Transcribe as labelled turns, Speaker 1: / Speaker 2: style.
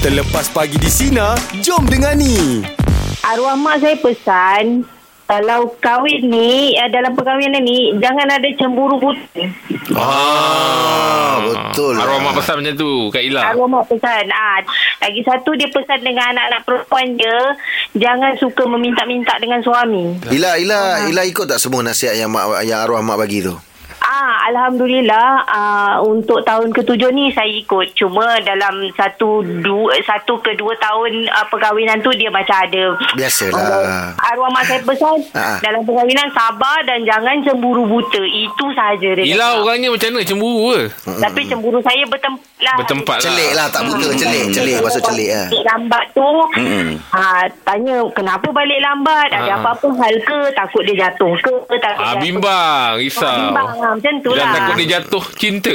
Speaker 1: Terlepas pagi di Sina, jom dengani.
Speaker 2: Arwah mak saya pesan kalau kahwin ni eh, dalam perkahwinan ni jangan ada cemburu buta.
Speaker 3: Ah, betul.
Speaker 4: Arwah mak pesan macam tu Kak Ila
Speaker 2: Arwah mak pesan. Ah, lagi satu dia pesan dengan anak-anak perempuan dia jangan suka meminta-minta dengan suami.
Speaker 3: Ila Ila Ila Lah, ikut tak semua nasihat yang mak yang arwah mak bagi tu?
Speaker 2: Ah, alhamdulillah ah, untuk tahun ketujuh ni saya ikut. Cuma dalam satu dua satu ke dua tahun ah, perkahwinan tu dia macam ada
Speaker 3: Biasalah.
Speaker 2: Arwah mak saya pesan
Speaker 3: Ah.
Speaker 2: dalam perkahwinan sabar dan jangan cemburu buta. Itu sahaja dia.
Speaker 4: Ila
Speaker 2: cakap.
Speaker 4: orangnya macam mana Cemburu ke
Speaker 2: Tapi cemburu saya bertempat lah.
Speaker 4: Bertempat lah
Speaker 3: Celik lah tak buta celik celik masa celik ah.
Speaker 2: Balik lambat tu ha, Tanya kenapa balik lambat Ada
Speaker 4: Ah.
Speaker 2: apa-apa hal ke Takut dia jatuh ke takut
Speaker 4: Ah,
Speaker 2: dia-
Speaker 4: bimbang Risau
Speaker 2: lah, Ah, bimbang, ah, macam tu
Speaker 4: Dan
Speaker 2: lah.
Speaker 4: takut dia jatuh cinta